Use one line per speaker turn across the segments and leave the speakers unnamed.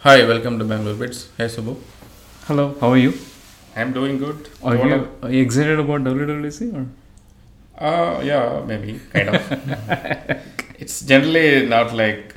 Hi, welcome to Bangalore Bits. Hey, Subbu.
Hello, how are you?
I'm doing good.
Are
What
you, are you excited about WWDC or?
ab- Uh, yeah, maybe, kind of. it's generally not like,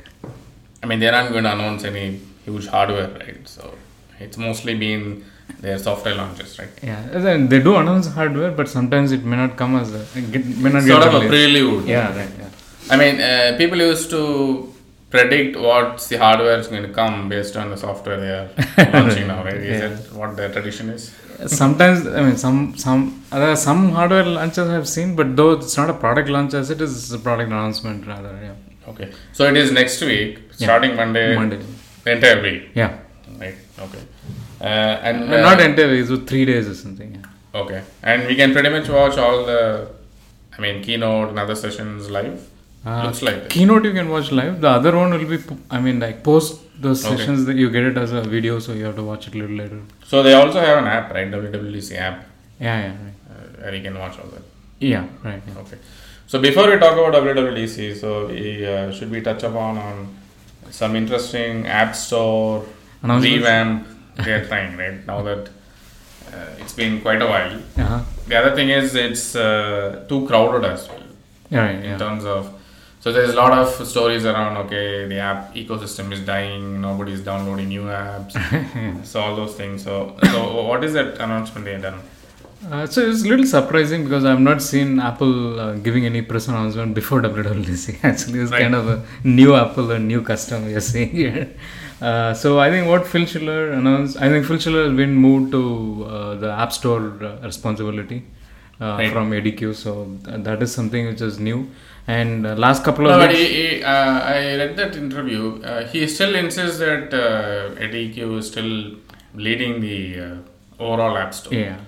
I mean, they're not going to announce any huge hardware, right? So it's mostly been their software launches, right?
Yeah, then they do announce hardware, but sometimes it may not come as a it get, may not
Sort
get
of a
released.
prelude.
Yeah, right. Yeah.
I mean, uh, people used to predict what the hardware is going to come based on the software they are launching now, right? Is
Yeah.
that what their tradition is?
Sometimes I mean some some there are some hardware launches I've seen, but though it's not a product launch as it is a product announcement rather. Yeah,
Okay. So it is next week, starting Monday,
Monday.
the entire week.
Yeah,
Right. Okay. Uh, and
But
uh,
not entire. It's with three days or something. Yeah.
okay. And we can pretty much watch all the, I mean, keynote and other sessions live.
Uh,
Looks like that.
Keynote you can watch live. The other one will be po- I mean like post those
Okay.
sessions that you get it as a video, so you have to watch it a little later.
So they also have an app, right? WWDC app,
Yeah, yeah, right.
uh, where you can watch all that.
Yeah, right. yeah.
Okay. So before we talk about WWDC, so we uh, should we touch upon on some interesting app store
Announcements?
revamp they're trying, right? Now that uh, it's been quite a while.
Uh-huh.
The other thing is it's uh, too crowded as well.
Yeah, right,
in
yeah.
terms of so there's a lot of stories around okay the app ecosystem is dying nobody's downloading new apps so all those things so so what is that announcement they done
Uh, so it's a little surprising because I've not seen Apple uh, giving any press announcement before WWDC. Actually, it's kind of a new Apple and new custom we are seeing here. Uh, so I think what Phil Schiller announced, I think Phil Schiller has been moved to uh, the App Store uh, responsibility uh,
Right.
from ADQ. So th- that is something which is new. And uh, last couple
no,
of
but
weeks,
he, he, uh, I read that interview. Uh, he still insists that uh, ADQ is still leading the uh, overall app store.
yeah.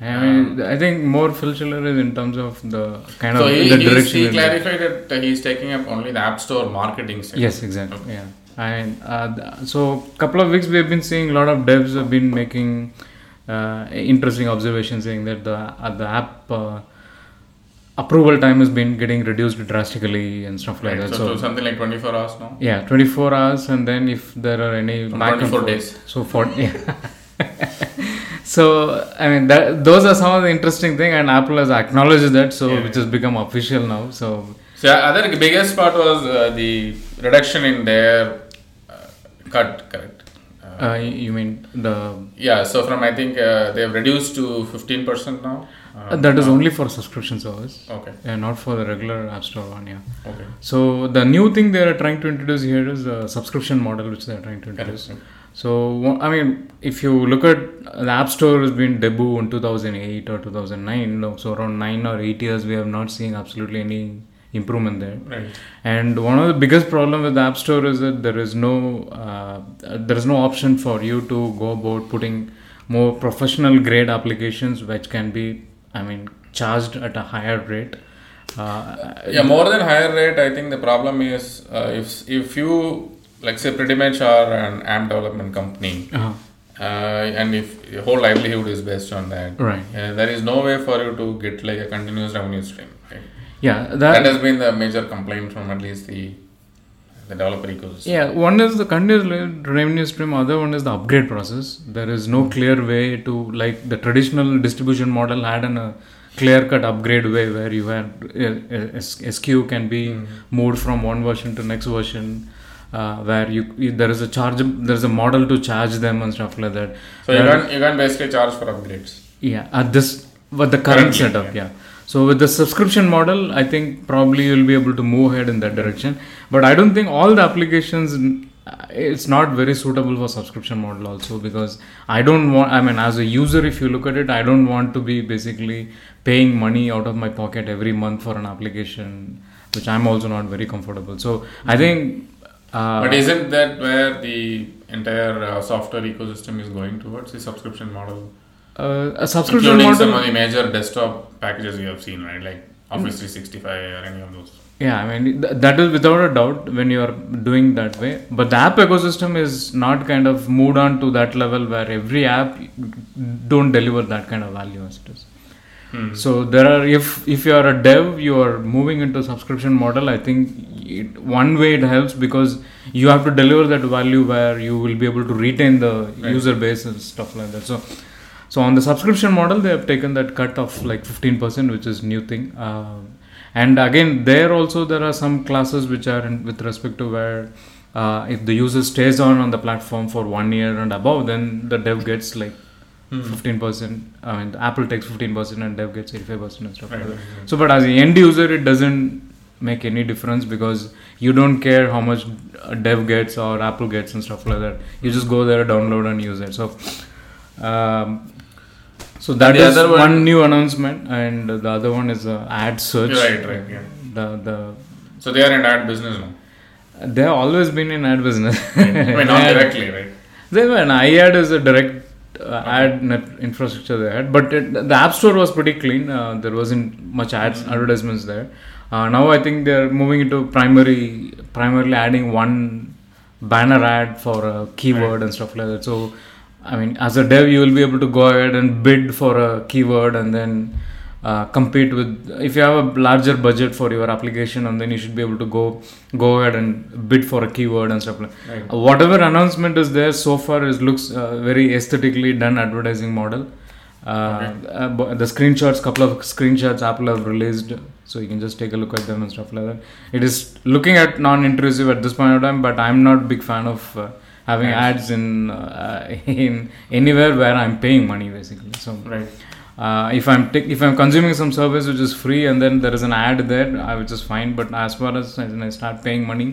I mean, I think more Phil Schiller is in terms of the kind
Uh, So he,
of the
he's-
direction.
he
in which-
clarified that uh, he's taking up only the app store marketing sector.
Yes, exactly. Yeah, and uh, th- so couple of weeks we have been seeing a lot of devs have been making uh, interesting observations, saying that the uh, the app uh, approval time has been getting reduced drastically and stuff like
Right,
that.
so, to something like 24 hours now.
Yeah, 24 hours, and then if there are any
From
back and
24
forth-
days.
So for yeah. so I mean that those are some of the interesting thing, and Apple has acknowledged that, so
Yeah.
which has become official now. So
So other biggest part was uh, the reduction in their uh, cut, correct? Uh,
uh, you you mean the
yeah, so from I think uh, they've reduced to 15% now.
Uh, that is only for subscription service,
Okay,
yeah, not for the regular App Store one. Yeah.
okay.
So the new thing they are trying to introduce here is the subscription model, which they are trying to introduce.
Correct.
So wha- I mean, if you look at the App Store has been debuted in 2008 or 2009, no, so around nine or eight years, we have not seen absolutely any improvement there.
Right.
And one of the biggest problem with the App Store is that there is no uh, there is no option for you to go about putting more professional grade applications which can be I mean charged at a higher rate. Uh,
Yeah, more than higher rate, I think the problem is uh, if, if you, like say, pretty much are an app development company,
uh,
uh, and if your whole livelihood is based on that,
right.
uh, there is no way for you to get like a continuous revenue stream. Right?
Yeah.
That
That.
has been the major complaint from at least the the developer ecosystem.
Yeah. One is the continuous le- revenue stream. Other one is the upgrade process. There is no clear way to like the traditional distribution model had an. Uh, clear cut upgrade way where you had uh, uh, SQ can be moved from one version to next version uh, where you, you- there is a charge there is a model to charge them and stuff like that
So you
Where-
can you can basically charge for upgrades.
yeah at this with the current
Currently,
setup yeah. so with the subscription model i think probably you'll be able to move ahead in that direction but i don't think all the applications uh, it's not very suitable for subscription model also because i don't want i mean as a user if you look at it i don't want to be basically paying money out of my pocket every month for an application which i'm also not very comfortable so i think uh,
Mm-hmm. but isn't that where the entire uh, software ecosystem is going towards the subscription model,
uh, a subscription
including
model Mm.
some of the major desktop packages we have seen, right? Like Office 365 or any of those.
Yeah, I mean th- that is without a doubt when you are doing that way. But the app ecosystem is not kind of moved on to that level where every app don't deliver that kind of value as it is. So there are if if you are a dev, you are moving into subscription model. I think it, one way it helps because you have to deliver that value where you will be able to retain the
Right.
user base and stuff like that. So, so on the subscription model, they have taken that cut of like fifteen percent, which is new thing. Uh, and again, there also there are some classes which are in, with respect to where. Uh, if the user stays on on the platform for one year and above, then the dev gets like fifteen percent. I mean, Apple takes fifteen percent and Dev gets eighty-five percent and stuff.
Right,
like
right,
that.
right.
So, but as the end user, it doesn't make any difference because you don't care how much uh, Dev gets or Apple gets and stuff like that. You just go there, download, and use it. So, um, so that
The
is
other
one,
one-
new announcement, and the other one is uh, ad search.
Right, right, yeah.
The the
So they are in ad business now.
they have always been in ad business.
I mean, not directly, right?
They were an iAd is a direct uh, ad net infrastructure they had, but it, the app store was pretty clean. Uh, there wasn't much ads advertisements there. Uh, now I think they're moving into primary, primarily adding one banner ad for a keyword and stuff like that. So, I mean, as a dev, you will be able to go ahead and bid for a keyword and then uh, compete with if you have a larger budget for your application and then you should be able to go go ahead and bid for a keyword and stuff like Uh,
Right.
whatever announcement is there so far is looks uh, very aesthetically done advertising model uh, uh, bu- the screenshots couple of screenshots apple have released so you can just take a look at them and stuff like that it is looking at non-intrusive at this point of time but i'm not big fan of uh, having ads in uh, in anywhere where i'm paying money basically so
Right.
uh, if I'm tak- if I'm consuming some service which is free and then there is an ad there, I which is fine. But as far as when I start paying money,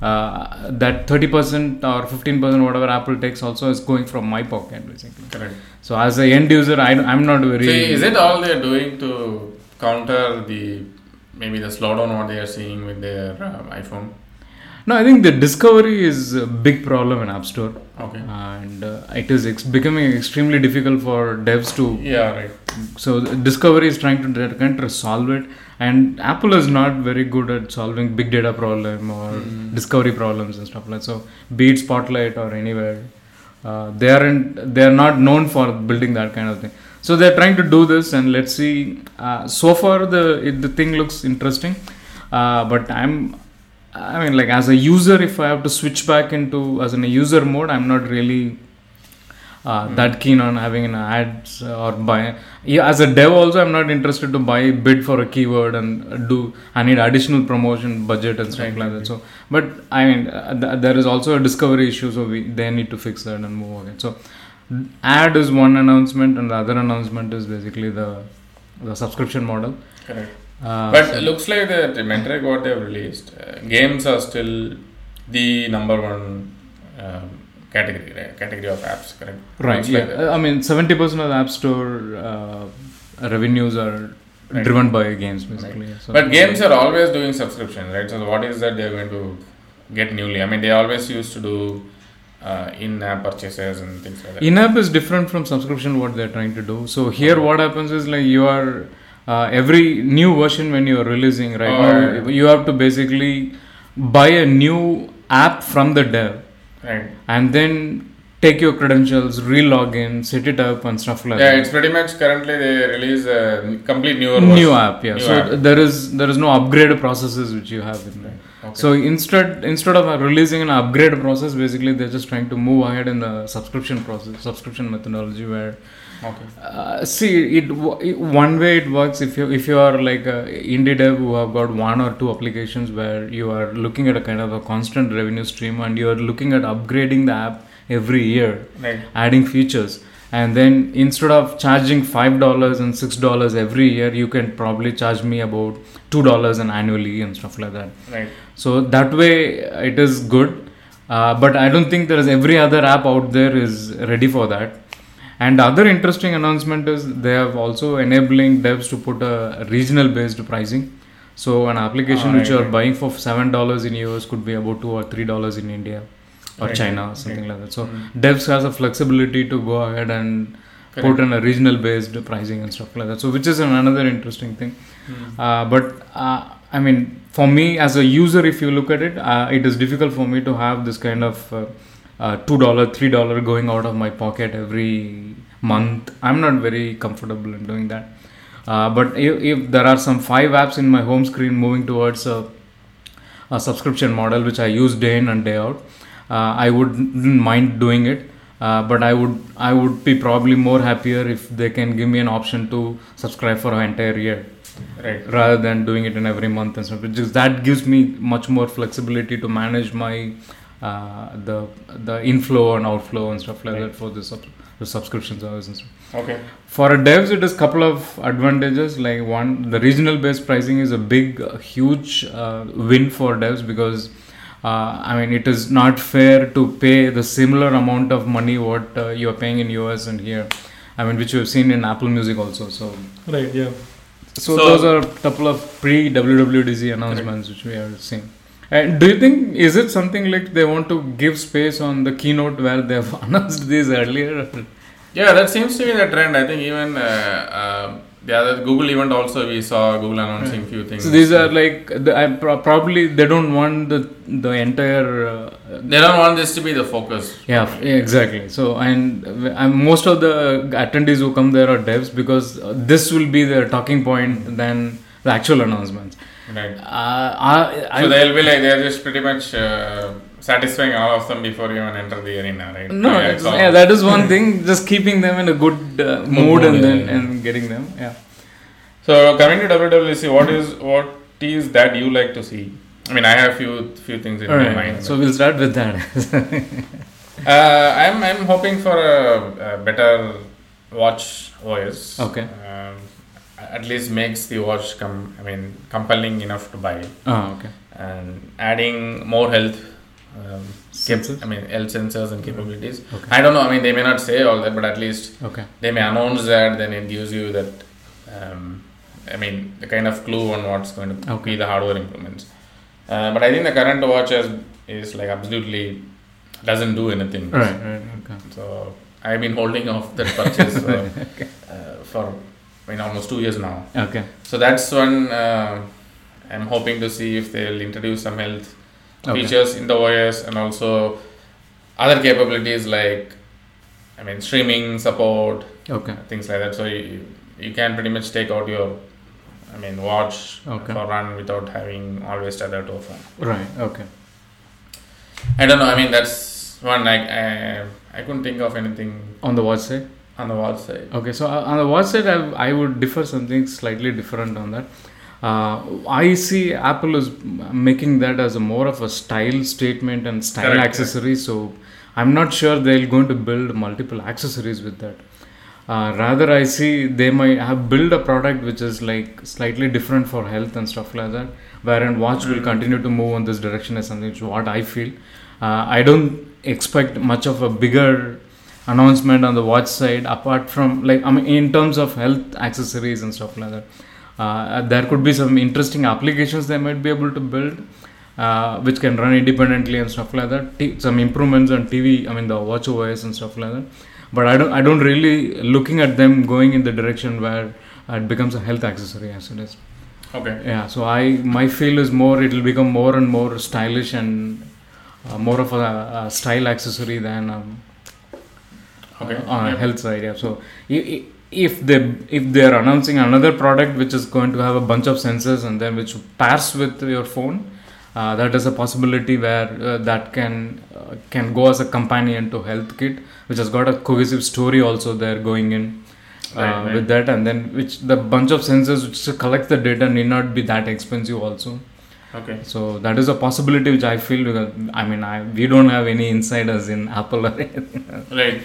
uh, that thirty percent or fifteen percent whatever Apple takes also is going from my pocket basically.
Correct.
So as a end user, I, am not very.
See, is it all they're doing to counter the maybe the slowdown what they are seeing with their um, iPhone?
No, I think the discovery is a big problem in App Store,
Okay.
and uh, it is ex- becoming extremely difficult for devs to
Yeah, right.
so the discovery is trying to try- trying to solve it and apple is not very good at solving big data problem or discovery problems and stuff like that so be it spotlight or anywhere uh, they aren't they are not known for building that kind of thing so they're trying to do this and let's see uh, so far the it, the thing looks interesting uh, but i'm i mean like as a user if i have to switch back into as in a user mode i'm not really uh, that keen on having an ads or buy yeah, as a dev also i'm not interested to buy bid for a keyword and do i need additional promotion budget and stuff
Right,
like that so but i mean uh, th- there is also a discovery issue so we they need to fix that and move again so ad is one announcement and the other announcement is basically the the subscription model
Correct.
uh,
But it looks like the, the metric what they've released, uh, games are still the number one um, category, right? category of apps, correct?
Right.
Looks
Yeah.
like that.
Uh, I mean, seventy percent of the App Store uh, revenues are
Right.
driven by games, basically. So-
but games are always doing subscription, right? So what is that they're going to get newly? I mean, they always used to do uh, in-app purchases and things like that.
in-app is different from subscription. What they're trying to do. So here, what happens is like you are uh, every new version when you are releasing right
Oh,
now,
yeah.
you have to basically buy a new app from the dev
right.
and then take your credentials, re-log in, set it up, and stuff like
Yeah,
that.
it's pretty much currently they release a n- complete newer
new
version.
app yeah
New
so
app.
there is there is no upgrade processes which you have in there
Okay.
so instead instead of uh, releasing an upgrade process basically they're just trying to move ahead in the subscription process subscription methodology where
Okay.
uh, see it, wo- it one way it works if you if you are like a indie dev who have got one or two applications where you are looking at a kind of a constant revenue stream and you are looking at upgrading the app every year
Right.
adding features and then instead of charging five dollars and six dollars every year you can probably charge me about two dollars and annually and stuff like that
Right.
so that way uh, it is good uh, but i don't think there is every other app out there is ready for that and the other interesting announcement is they have also enabling devs to put a regional based pricing so an application
Ah,
which you
right,
are
right.
buying for seven dollars in us could be about two or three dollars in india or
Right,
china or
right.
something like that so
Mm.
devs has a flexibility to go ahead and
Correct.
put in a regional based pricing and stuff like that so which is an- another interesting thing
Mm.
uh, but uh, i mean for me as a user if you look at it uh, it is difficult for me to have this kind of uh, uh, two dollar three dollar going out of my pocket every month i'm not very comfortable in doing that uh, but if, if there are some five apps in my home screen moving towards a a subscription model which I use day in and day out. Uh, I wouldn't mind doing it, uh, but I would I would be probably more happier if they can give me an option to subscribe for an entire year
Right.
rather than doing it in every month and stuff. Because that gives me much more flexibility to manage my uh, the the inflow and outflow and stuff like that for the, sub- the subscription service and stuff.
Okay.
For a devs, it is couple of advantages. Like one, the regional based pricing is a big, uh, huge uh, win for devs because uh, I mean it is not fair to pay the similar amount of money what uh, you are paying in US and here. I mean, which you have seen in Apple Music also. So,
Right. Yeah.
so,
So-
those are a couple of pre WWDC announcements which we have seen. And do you think is it something like they want to give space on the keynote where they have announced these earlier?
Yeah, that seems to be the trend. I think even uh, uh, the other Google event also we saw Google announcing few things.
So these are like the, I pro- probably they don't want the the entire uh,
they don't want this to be the focus.
yeah f- yeah, exactly. So and, uh, and most of the attendees who come there are devs because uh, this will be their talking point than the actual announcements.
Right.
Uh, I, I,
so they'll be like they're just pretty much uh, satisfying all of them before you even enter the arena, right?
no,
yeah,
that's-
it's all-
yeah, that is one thing. Just keeping them in a good uh, mood and
mood,
then
yeah.
and getting them. Yeah.
So coming to WWDC, what is what is that you like to see? I mean, I have few few things in
All
my
right.
mind.
So we'll start with that.
uh, I'm I'm hoping for a, a better watch OS.
Okay.
Um, at least makes the watch come. I mean, compelling enough to buy.
oh, okay.
and adding more health um, cap-
Sensors?
I mean health sensors and capabilities.
Okay.
I don't know. I mean they may not say all that, but at least
Okay.
they may announce that. Then it gives you that. Um, I mean the kind of clue on what's going to
Okay.
be the hardware improvements. Uh, but I think the current watch is, is like absolutely doesn't do anything.
All right. Right. Okay.
So I've been holding off that purchase uh, uh, for I mean almost two years now.
Okay.
So that's one uh, I'm hoping to see if they'll introduce some health
Okay.
features in the OS and also other capabilities like, I mean, streaming support,
Okay.
things like that. So you, you can pretty much take out your, I mean, watch
Okay.
for run without having always tethered to a phone.
Right. Okay.
I don't know. I mean, that's one I, I, I couldn't think of anything
On the watch side.
on the watch side.
Okay, so uh, on the watch side, I, I would differ something slightly different on that. Uh, I see Apple is m- making that as a more of a style statement and style
Correct,
accessory. So I'm not sure they're going to build multiple accessories with that. Uh, rather, I see they might have build a product which is like slightly different for health and stuff like that. Wherein watch will
Mm.
continue to move on this direction is something which what I feel. Uh, I don't expect much of a bigger announcement on the watch side apart from like I mean in terms of health accessories and stuff like that. Uh, there could be some interesting applications they might be able to build, uh, which can run independently and stuff like that. T- some improvements on TV, I mean the watch OS and stuff like that. But I don't, I don't really looking at them going in the direction where uh, it becomes a health accessory as it is.
Okay.
Yeah, so I my feel is more it'll become more and more stylish and uh, more of a, a style accessory than um,
Okay.
Uh, on a
Yeah.
health side. Yeah, so i- i- if they if they are announcing another product which is going to have a bunch of sensors and then which pairs with your phone, uh, that is a possibility where uh, that can uh, can go as a companion to Health Kit, which has got a cohesive story also there going in. Uh,
Right, right.
With that, and then which the bunch of sensors which collect the data need not be that expensive also.
Okay.
So that is a possibility which I feel because I mean I we don't have any insiders in Apple or
Right.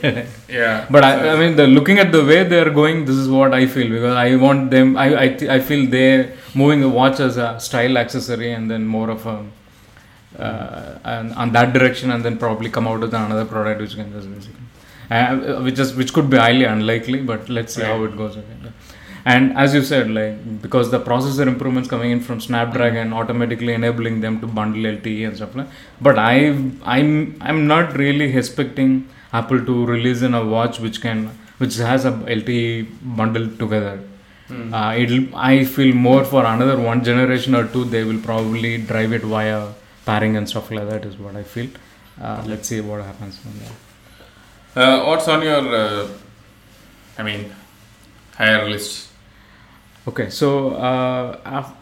yeah. Uh,
but
So-
I, I mean, the, looking at the way they are going, this is what I feel because I want them. I I, th- I feel they moving the watch as a style accessory and then more of a uh, and on that direction, and then probably come out with another product which can just basically, uh, which is which could be highly unlikely. But let's see how it goes. Okay. And as you said, like because the processor improvements coming in from Snapdragon, automatically enabling them to bundle LTE and stuff like. But I, I'm, I'm not really expecting Apple to release in a watch which can, which has a LTE bundled together. Uh, it'll, I feel more for another one generation or two, they will probably drive it via pairing and stuff like that. Is what I feel. Uh, let's see what happens from there.
Uh, what's on your, uh, I mean, higher list?
Okay, so uh, af-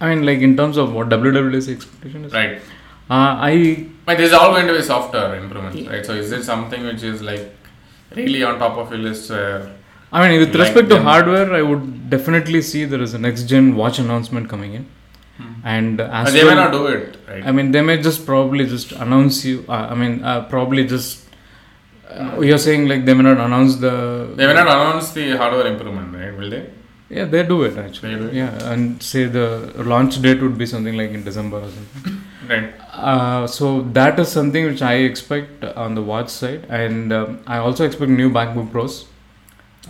I mean, like in terms of what WWDC expectation is.
Right.
Uh, I
But this is all going to be software improvements, right? So is it something which is like really on top of your list where
I mean, with
Like
respect to
them.
hardware, I would definitely see there is a next gen watch announcement coming in, and
Hmm. but
as
they
to-
may not do it, right?
I mean, they may just probably just announce you. Uh, I mean, uh, probably just uh, you're saying like they may not announce the.
They may not announce the hardware improvement, right? Will they?
Yeah, they do it actually.
They do it.
Yeah, and say the launch date would be something like in December or something.
Right.
Uh, so that is something which I expect on the watch side, and um, I also expect new MacBook Pros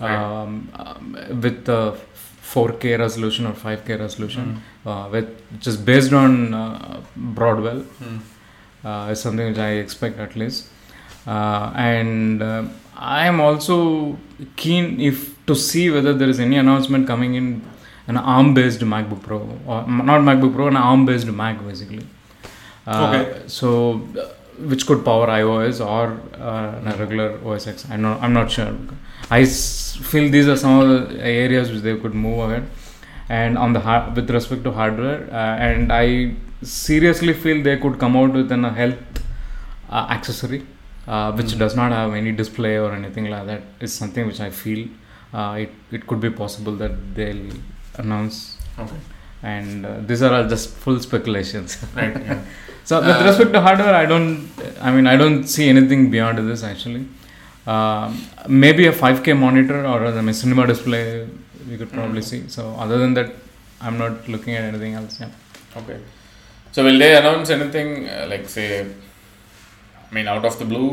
Right.
um, um, with the 4K resolution or 5K resolution, uh, with which is based on uh, Broadwell.
Mm-hmm.
uh, is something which I expect at least. Uh, and uh, I am also keen if to see whether there is any announcement coming in an ARM-based MacBook Pro or m- not MacBook Pro, an ARM-based Mac basically. Uh,
Okay.
So, uh, which could power iOS or uh, a regular OS X. I know I'm not sure. I s- feel these are some of the areas which they could move ahead. And on the har- with respect to hardware, uh, and I seriously feel they could come out with an a health uh, accessory, uh, which does not have any display or anything like that. Is something which I feel uh, it it could be possible that they'll announce.
Okay.
And uh, these are all just full speculations.
Right. Yeah.
So with
Uh,
respect to hardware, I don't. I mean, I don't see anything beyond this actually. Um, maybe a 5K monitor or I mean, cinema display we could probably
Mm.
see. So other than that, I'm not looking at anything else. Yeah.
Okay. So will they announce anything uh, like say? I mean, out of the blue,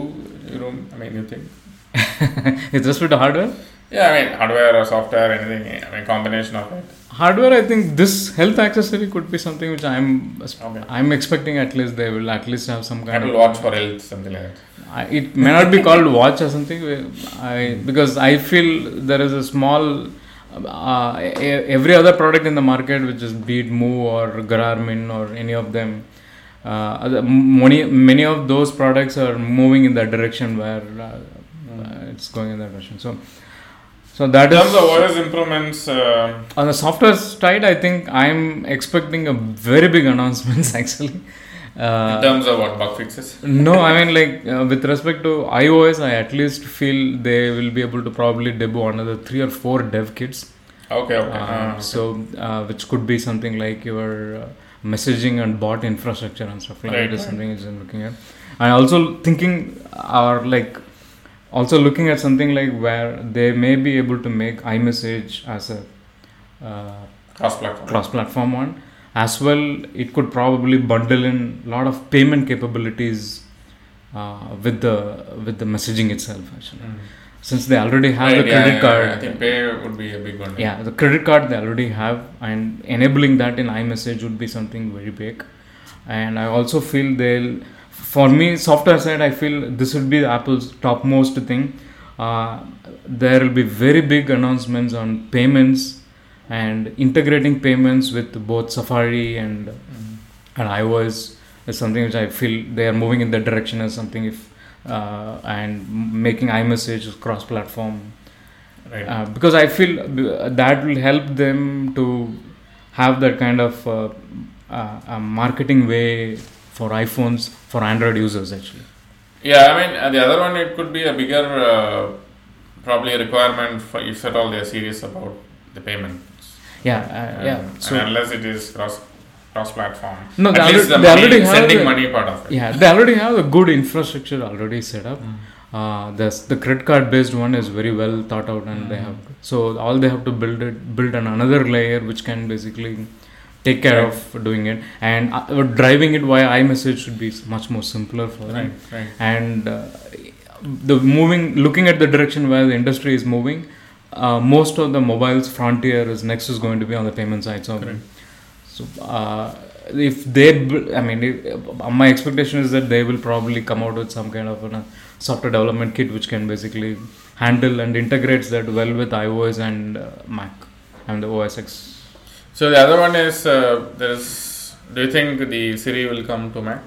you know. I mean, you think?
with respect to hardware,
Yeah, I mean, hardware or software, anything. I mean, combination of it.
hardware, I think this health accessory could be something which I'm.
Okay.
I'm expecting at least they will at least have some kind
Apple
of
Watch for health, something like that.
I, it may not be called watch or something we- I, because i feel there is a small uh, e- every other product in the market which is be it move or garmin or any of them uh, other- many, many of those products are moving in that direction where uh, uh, it's going in that direction so so that
Hmm. In
is
terms of OS improvements, uh,
on the software side i think i'm expecting a very big announcements actually uh,
in terms of what bug fixes.
no, I mean like uh, with respect to iOS, I at least feel they will be able to probably debut another three or four dev kits.
Okay, okay.
Uh,
Uh,
so, uh, which could be something like your uh, messaging and bot infrastructure and stuff like
Right,
that is
right.
something which I'm looking at. And also thinking or like also looking at something like where they may be able to make iMessage as a uh,
cross platform.
cross-platform one. As well, it could probably bundle in a lot of payment capabilities uh, with the with the messaging itself. Actually,
Mm.
since they already have the
Right, yeah,
credit
yeah,
card,
yeah. I think pay would be a big one.
yeah, the credit card they already have, and enabling that in iMessage would be something very big. And I also feel they'll, for me, software side, I feel this would be Apple's topmost thing. Uh, there will be very big announcements on payments and integrating payments with both Safari and
Mm.
and iOS is something which I feel they are moving in that direction as something if uh, and m- making iMessage cross-platform
Right.
uh, because I feel b- that will help them to have that kind of uh, uh, uh, marketing way for iPhones for Android users actually.
Yeah, I mean, uh, the other one, it could be a bigger, uh, probably a requirement for if at all they're serious about the payment.
Yeah,
Uh,
uh, yeah.
and
So
unless it is cross cross platform.
No, they
at least
already-
the
they
money,
already have
sending
the-
money part of it.
yeah, they already have a good infrastructure already set up.
Mm.
Uh, the the credit card based one is very well thought out, and they
Mm.
have so all they have to build it build an another layer which can basically take care
Right.
of doing it and uh, driving it via iMessage should be much more simpler for them.
Right, right.
and uh, the moving looking at the direction where the industry is moving uh, most of the mobiles frontier is next is going to be on the payment side so
Correct.
so uh, if they b- i mean if, uh, my expectation is that they will probably come out with some kind of a software development kit which can basically handle and integrates that well with ios and uh, mac and the os x
So the other one is uh, there's. Do you think the Siri will come to Mac?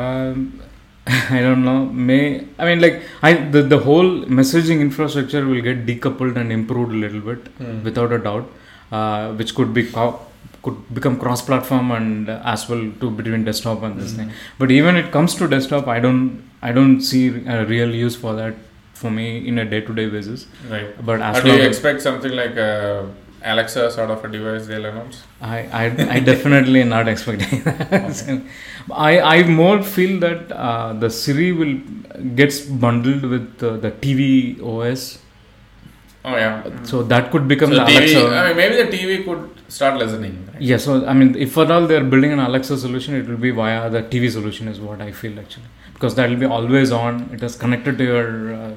Um, I don't know. May I mean like I the, the whole messaging infrastructure will get decoupled and improved a little bit
Hmm.
without a doubt, uh, which could be co- could become cross-platform and uh, as well to between desktop and this thing.
Mm-hmm.
But even it comes to desktop, I don't I don't see a real use for that for me in a day-to-day basis.
Right.
But as
Or do
long
you
as-
expect something like uh, Alexa sort of a device they'll announce?
I, I, I definitely not expecting that. I, I more feel that uh, the Siri will gets bundled with uh, the TV OS,
Oh yeah.
so that could become
So
the
TV,
Alexa.
I mean, maybe the TV could start listening. Right?
yeah, so I mean, if at all they are building an Alexa solution, it will be via the TV solution, is what I feel actually, because that will be always on. It is connected to your uh,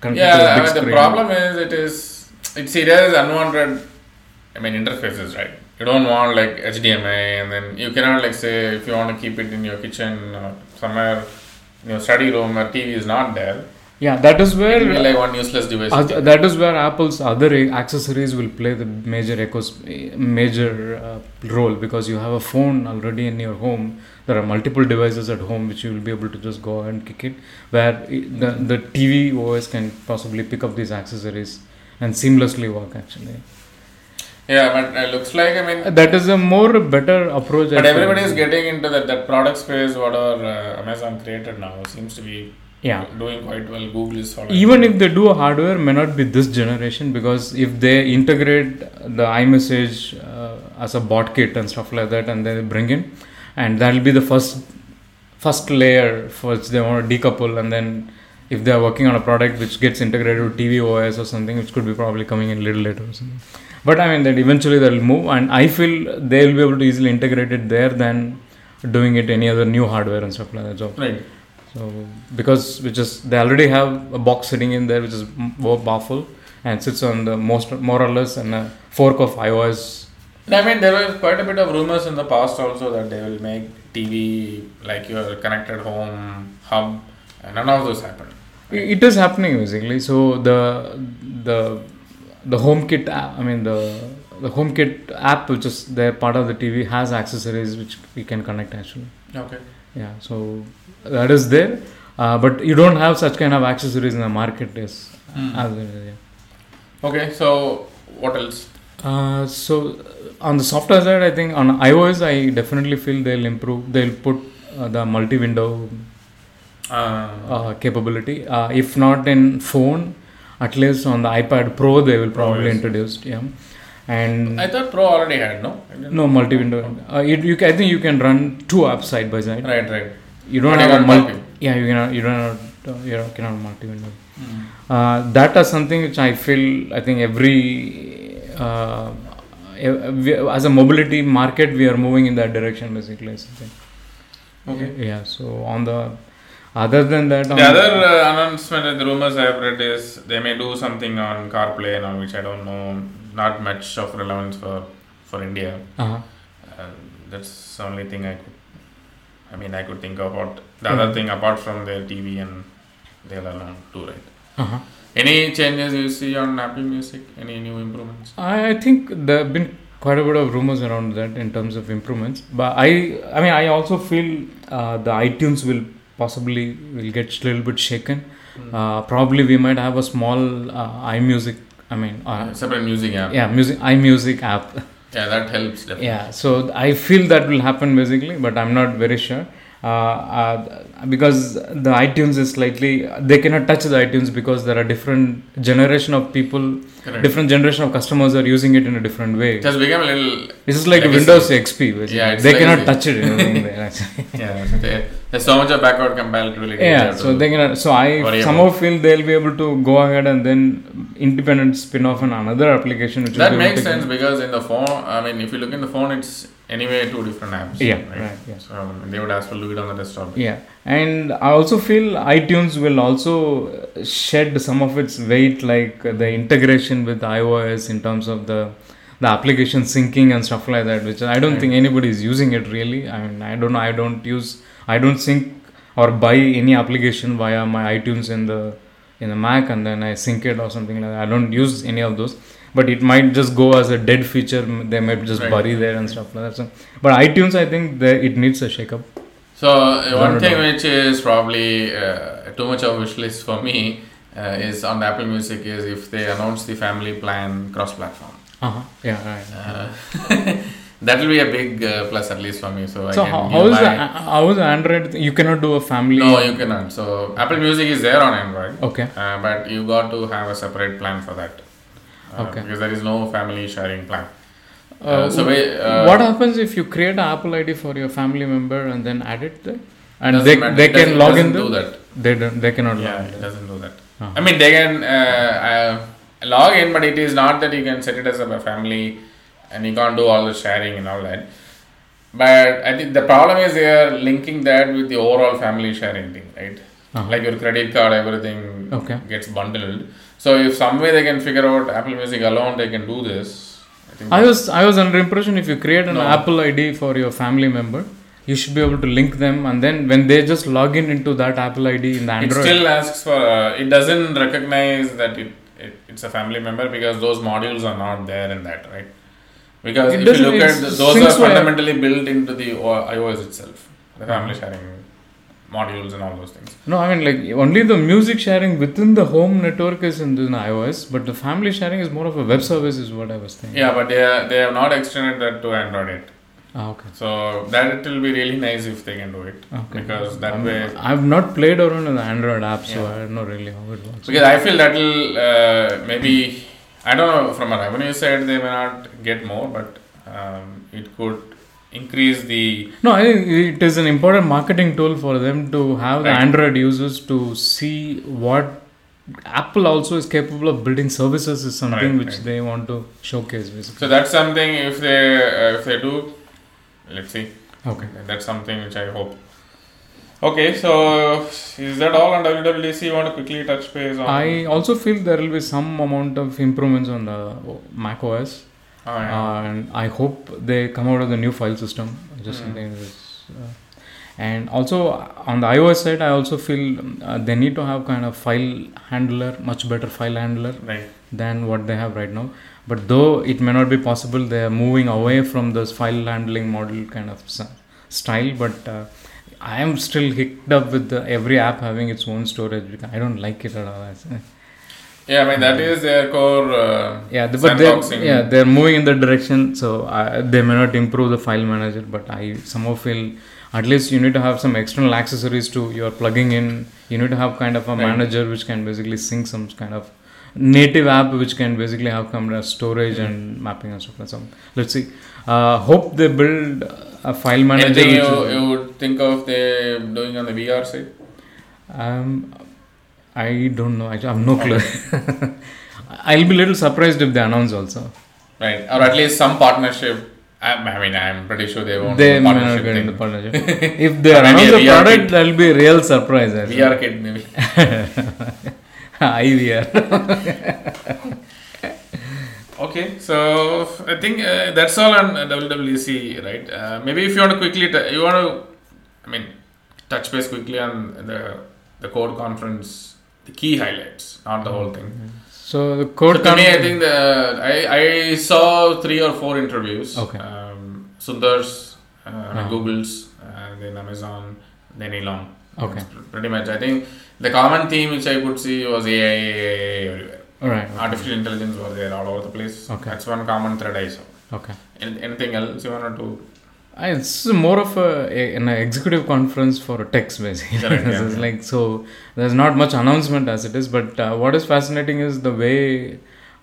connected to
Yeah,
your
I
big
mean, the
screen.
problem is it is it's it has unwanted. I mean interfaces, right? You don't want like HDMI, and then you cannot like say if you want to keep it in your kitchen or somewhere in your study room where TV is not there.
Yeah, that is
It
where
will be like one useless device.
Oth- that is where Apple's other a- accessories will play the major ecos- eh, major uh, role because you have a phone already in your home. There are multiple devices at home which you will be able to just go and kick it. Where i- the the TV OS can possibly pick up these accessories and seamlessly work actually.
yeah, but it looks like I mean.
That is a more better approach. I
But
feel.
everybody is getting into that, that product space, whatever uh, Amazon created now seems to be
yeah.
doing quite well. Google is following.
even if they do a hardware may not be this generation because if they integrate the imessage uh, as a bot kit and stuff like that and they bring in and that'll be the first first layer for which they want to decouple and then if they're working on a product which gets integrated with TV OS or something, which could be probably coming in little later or something. But I mean that eventually they'll move and I feel they'll be able to easily integrate it there than doing it any other new hardware and stuff like that. So
right.
so because which is they already have a box sitting in there which is m- more powerful and sits on the most more or less and a fork of iOS.
I mean, there was quite a bit of rumors in the past also that they will make TV like your connected home hub, and none of those happened.
I- It is happening basically. So the the the HomeKit app, I mean the the HomeKit app which is there part of the TV has accessories which we can connect actually.
Okay.
Yeah, so that is there, uh, but you don't have such kind of accessories in the market. Yes, as it is, yeah.
Hmm. Okay. So what else?
Uh, so uh, on the software side, I think on iOS, I definitely feel they'll improve. They'll put uh, the multi-window
Uh,
uh, capability. Uh, if not in phone, at least on the iPad Pro, they will probably
yes.
introduce. Yeah, and
I thought Pro already had no. I didn't-
no multi-window. Uh, it, you, ca- I think you can run two apps side by side.
Right. Right.
You don't
But you
have a
can't
multi.
copy.
Yeah, you cannot. You don't. Have, uh, you don't- cannot multi-window. Uh, that is something which I feel I think every uh, ev- we- as a mobility market we are moving in that direction basically. I think.
Okay.
Yeah. So on the other than that, on
The other uh, announcement and the rumors I've read is they may do something on CarPlay now, which I don't know, not much of relevance for for India.
uh
Uh, that's the only thing I could. I mean, I could think about the
Hmm.
other thing apart from their TV and they'll alone do right.
uh
Any changes you see on Apple Music? Any new improvements?
I, I think there have been quite a bit of rumors around that in terms of improvements. But I, I mean, I also feel uh, the iTunes will possibly will get a little bit shaken.
Hmm.
Uh, probably we might have a small uh, iMusic. I mean, uh,
Separate music app.
yeah, music iMusic app.
Yeah, that helps definitely.
yeah, so I feel that will happen basically, but I'm not very sure. Uh, uh, because the iTunes is slightly they cannot touch the iTunes because there are different generation of people,
Correct.
different generation of customers are using it in a different way.
It has become a little.
This is like
Legacy.
Windows XP. Basically.
Yeah, it's
they cannot
legacy.
touch it. anything there, actually.
Yeah, so they- there's so much of backward compatibility.
yeah,
there
so
to-
they cannot. So I
Worry
somehow feel they'll be able to go ahead and then independent spin off on another application, which
That
will be able
makes
to-
sense because in the phone, I mean, if you look in the phone, it's anyway two different apps.
Yeah, right, yeah.
So um, they would as well do it on the desktop.
Yeah, and I also feel iTunes will also shed some of its weight, like the integration with iOS in terms of the the application syncing and stuff like that. Which I don't think anybody is using it really. I mean, I don't know. I don't use. I don't sync or buy any application via my iTunes in the in the Mac and then I sync it or something like that. I don't use any of those. But it might just go as a dead feature. They might just
Right.
bury there and stuff like that. So, but iTunes, I think that it needs a shakeup.
So uh, one
no,
thing
no.
which is probably uh, too much of a wish list for me uh, is on Apple Music is if they announce the family plan cross-platform.
Uh-huh. Yeah, right.
Uh, that will be a big uh, plus at least for me. So, I
So
can
how,
give
how is
my-
the, how is Android? You cannot do a family.
No, you cannot. So Apple Music is there on Android.
Okay.
Uh, but you got to have a separate plan for that. Uh,
Okay.
Because there is no family sharing plan. Uh,
Uh,
so we, uh,
what happens if you create an Apple ID for your family member and then add it there, and
doesn't
they
matter.
they
It doesn't-
can log in?
doesn't
there?
Do that.
They don't. They cannot
Yeah,
log in.
it doesn't do that.
Uh-huh.
I mean, they can uh, uh, log in, but it is not that you can set it as a family and you can't do all the sharing and all that. But I think the problem is they are linking that with the overall family sharing thing, right?
Uh-huh.
Like your credit card, everything
Okay.
gets bundled. So if some way they can figure out Apple Music alone, they can do this. I think.
I was I was under impression if you create an
No.
Apple ID for your family member, you should be able to link them, and then when they just log in into that Apple ID in the
it
Android.
still asks for. Uh, it doesn't recognize that it, it it's a family member because those modules are not there in that, right? Because
It
if you
doesn't-
look
it
at th- those are
syncs via-
fundamentally built into the o- iOS itself, the family
Mm-hmm.
sharing modules and all those things.
no, I mean like only the music sharing within the home network is in, the iOS, but the family sharing is more of a web service, is what I was thinking.
Yeah, but they are, they have not extended that to Android yet.
Ah, okay.
So that it will be really nice if they can do it
Okay.
because that
I'm-
way.
I've not played around with the Android app, so
Yeah.
I don't know really how it works.
Because I feel that will uh, maybe I don't know from a revenue side they may not get more, but um, it could increase the
No, I think it is an important marketing tool for them to have the
Right.
Android users to see what Apple also is capable of building services is something
Right,
which
right.
they want to showcase basically.
so that's something if they uh, if they do let's see
Okay.
that's something which I hope. Okay, so is that all on WWDC? You want to quickly touch base on?
I also feel there will be some amount of improvements on the Mac OS,
Oh, yeah.
and I hope they come out of the new file system. Just something that is, uh, and also uh, on the iOS side, I also feel um, uh, they need to have kind of file handler, much better file handler,
right.
than what they have right now. But though it may not be possible, they are moving away from this file handling model kind of s- style. But uh, I am still hooked up with the, every app having its own storage. because I don't like it at all. I say.
Yeah, I mean that is their core. Uh,
Yeah, the, but they're,
Sandboxing.
yeah, they're moving in that direction. So uh, they may not improve the file manager, but I somehow feel at least you need to have some external accessories to your plugging in. You need to have kind of a
Right.
manager which can basically sync some kind of native app which can basically have kind of storage and mapping and stuff. like So let's see. Uh, hope they build a file manager.
Anything
which
you,
is-
you would think of they doing on the VR side?
um, I don't know. I have no clue. I'll be a little surprised if they announce also.
Right, or at least some partnership. I, I mean, I'm pretty sure they won't.
They
do
may not
partnership
get
thing.
into partnership. if they
Or maybe
announce
a
the
VR
product,
kit.
that'll be a real surprise. I think.
VR kid maybe.
Hi, VR.
Okay, so I think uh, that's all on uh, WWDC, right? Uh, maybe if you want to quickly, t- you want to, I mean, touch base quickly on the the core conference, the key highlights, not the whole thing.
So the code
so to me, I
conference-
think the I, I saw three or four interviews.
Okay.
Um, Sundar's, uh,
Uh-huh.
Google's, uh, then Amazon, then Elon.
Okay.
That's Pretty much. I think the common theme which I could see was AI, AI everywhere.
All right.
Artificial intelligence was there all over the place.
Okay.
That's one common thread I saw.
Okay.
An- Anything else you wanted to?
I, it's more of a, a- an executive conference for tech basically.
Correct,
This
yeah,
is
yeah.
like so. There's not much announcement as it is, but uh, what is fascinating is the way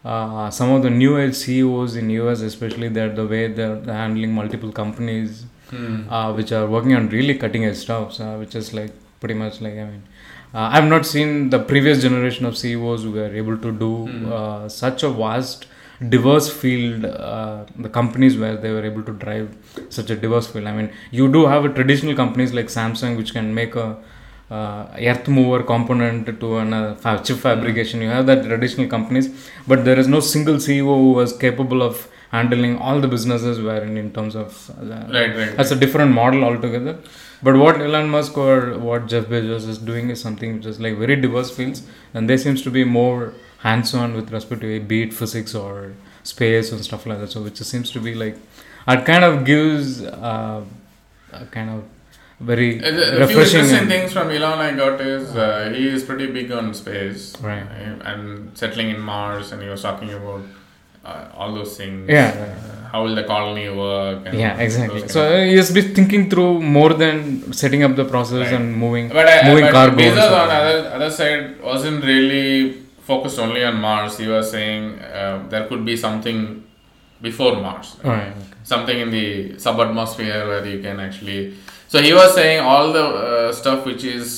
uh, some of the new age CEOs in US, especially, they're the way they're handling multiple companies. uh, which are working on really cutting edge stuff, uh, which is like pretty much like I mean, uh, I've not seen the previous generation of CEOs who were able to do uh, such a vast, diverse field. Uh, the companies where they were able to drive such a diverse field. I mean, you do have a traditional companies like Samsung which can make a uh, earth mover component to an uh, fa- chip fabrication. You have that traditional companies, but there is no single CEO who was capable of handling all the businesses wherein in terms of uh, the-
Right, right.
that's a different model altogether. But what Elon Musk or what Jeff Bezos is doing is something which is like very diverse fields, and they seems to be more hands-on with respect to be it physics or space and stuff like that. So which seems to be like, it kind of gives uh, a kind of very
Uh, the- the few
refreshing.
interesting
and-
things from Elon I got is uh, he is pretty big on space
Right.
uh, and settling in Mars, and he was talking about uh, all those things.
Yeah, right.
uh, how will the colony work? and
yeah
those
exactly
kind
so
of-
uh, you just be thinking through more than setting up the process
Right.
and moving
But I,
moving
but
cargo and
Bezos
stuff
on
like that.
other other side wasn't really focused only on Mars. He was saying uh, there could be something before Mars, right?
Alright, okay.
something in the subatmosphere where you can actually. So he was saying all the uh, stuff which is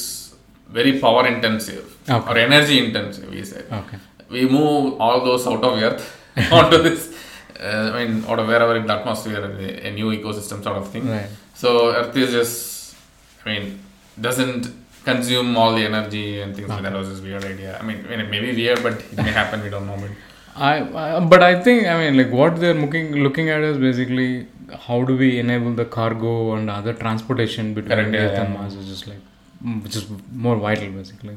very power intensive
Okay.
or energy intensive. He said
okay
we move all those out of Earth onto this. Uh, I mean, out of wherever in the atmosphere, a a new ecosystem sort of thing.
right
So Earth is just, I mean, doesn't consume all the energy and things like that. That was just weird idea. I mean, I mean, it may be weird, but it may happen. We don't know. But
I, I but I think I mean like what they're looking looking at is basically how do we enable the cargo and other transportation between
Correct, yeah,
Earth and Mars which is like mm, which is more vital basically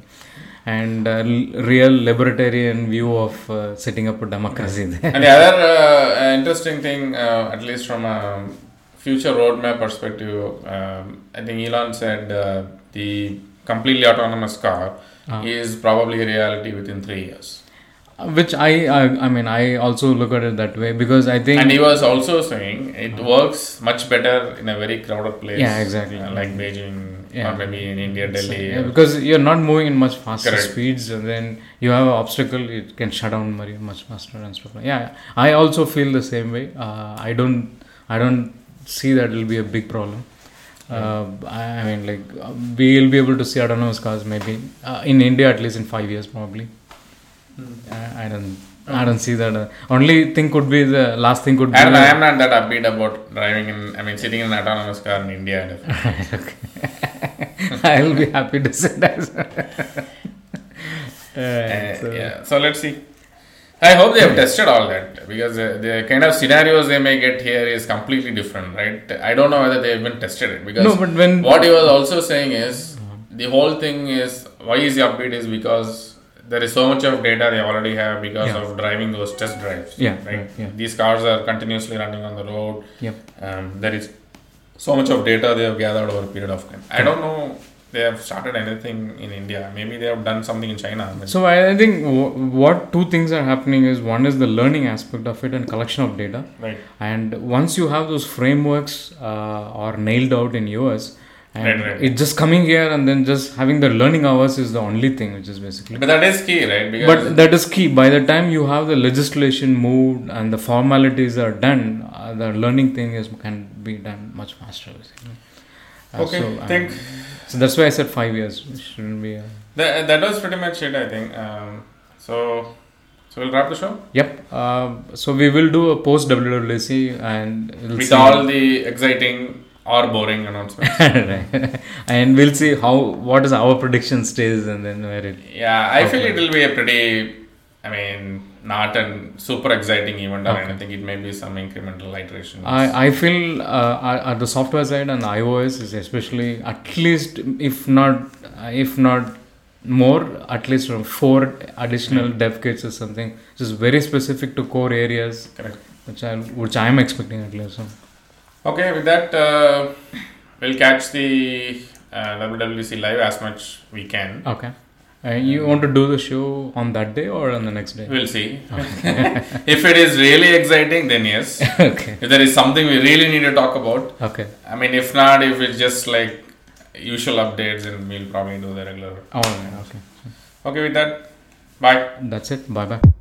and uh, l- real libertarian view of uh, setting up a democracy there
and the other uh, uh, interesting thing, uh, at least from a future roadmap perspective, um, I think Elon said uh, the completely autonomous car
Ah.
is probably a reality within three years.
which I, I I mean I also look at it that way because I think Ah.
And he was also saying it works much better in a very crowded place.
Yeah, exactly.
uh, like Beijing
Yeah.
or maybe in India,
So,
Delhi.
yeah, because you're not moving in much faster
Correct.
speeds, and then you have an obstacle, it can shut down very much faster and stuff. Like yeah, I also feel the same way. Uh, I don't, I don't see that it'll be a big problem. Uh, I, I mean, like uh, we'll be able to see autonomous cars maybe uh, in India at least in five years probably.
Hmm.
Uh, I, I don't, I don't see that. Uh, only thing could be the last thing could be.
I don't know, I'm not that upbeat about driving in, I mean, sitting in an autonomous car in India. definitely.
I'll be happy to say that. Uh,
Uh,
so-
yeah, so let's see. I hope they have tested all that because uh, the kind of scenarios they may get here is completely different, right? I don't know whether they have been tested it because
No, but when-
what he was also saying is the whole thing is why is the upbeat is because there is so much of data they already have because
Yeah.
of driving those test drives.
Yeah,
right.
right, yeah.
These cars are continuously running on the road.
Yep.
Um, there is so much of data they have gathered over a period of time. I don't know they have started anything in India. Maybe they have done something in China. But
So I I think w- what two things are happening is one is the learning aspect of it and collection of data,
right.
and once you have those frameworks uh, are nailed out in US, and
Right, right.
it's just coming here and then just having the learning hours is the only thing which is basically.
But that is key, right? Because
But that is key. By the time you have the legislation moved and the formalities are done, uh, the learning thing is can be done much faster. basically. Uh,
okay,
so, I
think
mean, so that's why I said five years. It shouldn't be. A,
that, that was pretty much it. I think. Um, so, so we'll wrap the show
Yep. Uh, so we will do a post WWDC and we'll
with
see.
all the exciting or boring announcements.
and we'll see how what is our prediction stays and then where it.
yeah, I feel
Okay.
it will be a pretty. I mean, not an super exciting event or
Okay.
anything. It may be some incremental iterations.
I, I feel uh, at- at the software side and iOS is especially at least if not if not more at least from four additional
Hmm.
dev kits or something which is very specific to core areas
Correct. Hmm.
which I which I am expecting at least. So,
Okay, with that, uh, we'll catch the uh, WWDC live as much we can.
okay. Uh, you want to do the show on that day or on the next day?
We'll see. if it is really exciting, then yes.
okay.
If there is something we really need to talk about,
Okay.
I mean, if not, if it's just like usual updates, then we'll probably do the regular.
All right. Okay.
Okay, with that, bye.
That's it. Bye bye.